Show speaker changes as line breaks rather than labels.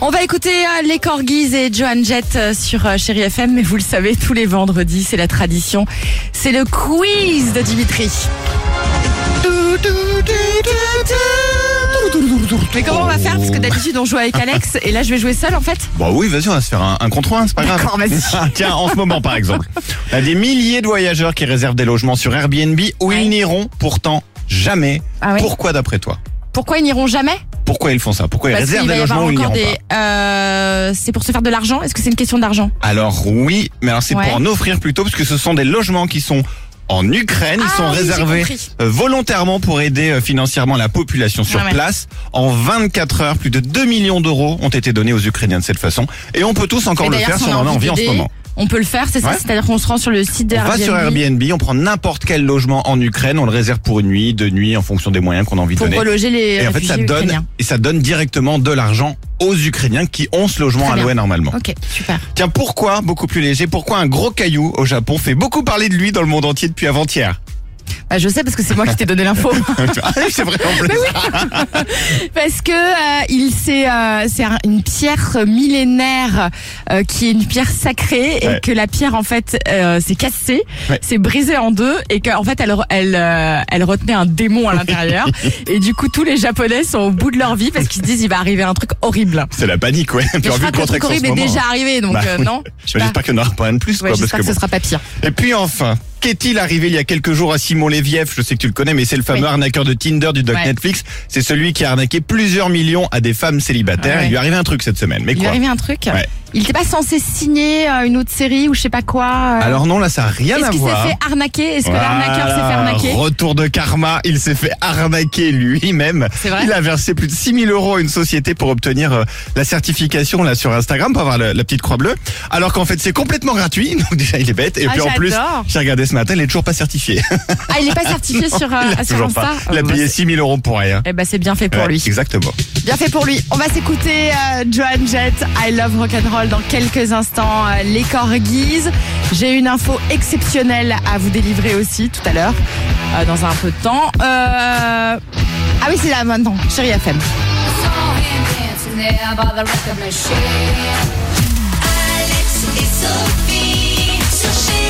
On va écouter euh, les Corgis et Joan Jett euh, sur euh, Chéri FM, mais vous le savez, tous les vendredis, c'est la tradition. C'est le quiz de Dimitri. Mais comment on va faire Parce que d'habitude, on joue avec Alex, et là, je vais jouer seul en fait.
Bon oui, vas-y, on va se faire un, un contre un, c'est pas grave.
D'accord, vas-y.
Ah, Tiens, en ce moment par exemple, on a des milliers de voyageurs qui réservent des logements sur Airbnb où
Ouais.
ils n'iront pourtant jamais.
Ah ouais.
Pourquoi d'après toi
Pourquoi ils n'iront jamais
Pourquoi ils font ça Pourquoi ils
Parce
réservent
qu'il va
des
y
logements
avoir
où ils
encore
n'iront
des. euh, c'est pour se faire de l'argent Est-ce que c'est une question d'argent
pas Alors oui, mais alors c'est
Ouais.
pour en offrir plutôt parce que ce sont des logements qui sont en Ukraine,
Ah
ils sont
oui, j'ai
réservés
compris.
euh, volontairement pour aider euh, financièrement la population sur
Ah Ouais, ouais.
place. En 24 heures, plus de 2 millions d'euros ont été donnés aux Ukrainiens de cette façon. Et on peut tous encore
Et
le
d'ailleurs,
faire si on en a envie en ce
d'aider,
moment.
On peut le faire, c'est ça
Ouais.
C'est-à-dire qu'on se rend sur le site
On va
d'Airbnb.
sur Airbnb, on prend n'importe quel logement en Ukraine, on le réserve pour une nuit, deux nuits, en fonction des moyens qu'on a envie de
Pour
donner.
reloger les
Et en fait,
réfugiés
ça donne,
ukrainiens.
et ça donne directement de l'argent aux Ukrainiens qui ont ce logement
Très
alloué
bien.
normalement.
Ok, super.
Tiens, pourquoi, beaucoup plus léger, pourquoi un gros caillou au Japon fait beaucoup parler de lui dans le monde entier depuis avant-hier
Bah, je sais parce que c'est moi qui t'ai donné l'info.
Ah, C'est vrai en plus.
parce que euh, il c'est euh, c'est un- une pierre millénaire euh, qui est une pierre sacrée et
Ouais.
que la pierre en fait euh, s'est cassée,
Ouais.
s'est brisée en deux et qu'en fait elle re- elle euh, elle retenait un démon à l'intérieur et du coup tous les japonais sont au bout de leur vie parce qu'ils se disent il va arriver un truc horrible.
C'est la panique, ouais. Puis
Mais je
en
crois
vu
que le truc
contexte en ce
horrible est
moment,
déjà
hein.
arrivé donc
Bah
euh,
oui.
non. je sais
Bah,
pas.
J'espère qu'il n'y en aura pas un de plus,
Ouais,
quoi, parce
j'espère
que
que,
bon.
ce sera pas pire.
Et puis enfin, qu'est-il arrivé il y a quelques jours à Simon Léviev Je sais que tu le connais, mais c'est le fameux
Oui.
arnaqueur de Tinder du doc
Ouais.
Netflix. C'est celui qui a arnaqué plusieurs millions à des femmes célibataires.
Ouais.
Il lui est arrivé un truc cette semaine. Mais
Il lui est
quoi
arrivé un truc.
Ouais.
Il n'était pas censé signer euh, une autre série ou je sais pas quoi. euh,
Alors non, là, ça n'a rien
Est-ce
à
qu'il s'est
voir.
fait arnaquer Est-ce que
Voilà.
l'arnaqueur s'est fait arnaquer
Retour de karma, il s'est fait arnaquer lui-même.
C'est vrai
Il a versé plus de 6000 euros à une société pour obtenir euh, la certification là sur Instagram, pour avoir le- la petite croix bleue. Alors qu'en fait, c'est complètement gratuit. Donc déjà, il est bête. Et
Ah,
puis en plus,
j'adore.
j'ai regardé ce matin, il est toujours pas certifié.
Ah, il n'est pas certifié sur, euh,
il a
sur
toujours
Insta
pas. Il
Oh,
a
bah,
payé
c'est-
6000 euros pour rien.
Eh ben c'est bien fait pour
Ouais,
lui.
Exactement.
Bien fait pour lui. On va s'écouter euh, Joan Jett, I Love Rock'n'Roll dans quelques instants. euh, les corgis. J'ai une info exceptionnelle à vous délivrer aussi tout à l'heure, euh, dans un peu de temps. Euh, Ah oui, c'est là maintenant, chérie FM.
Saw him dancing there by the record machine.
Alex et Sophie sur Chérie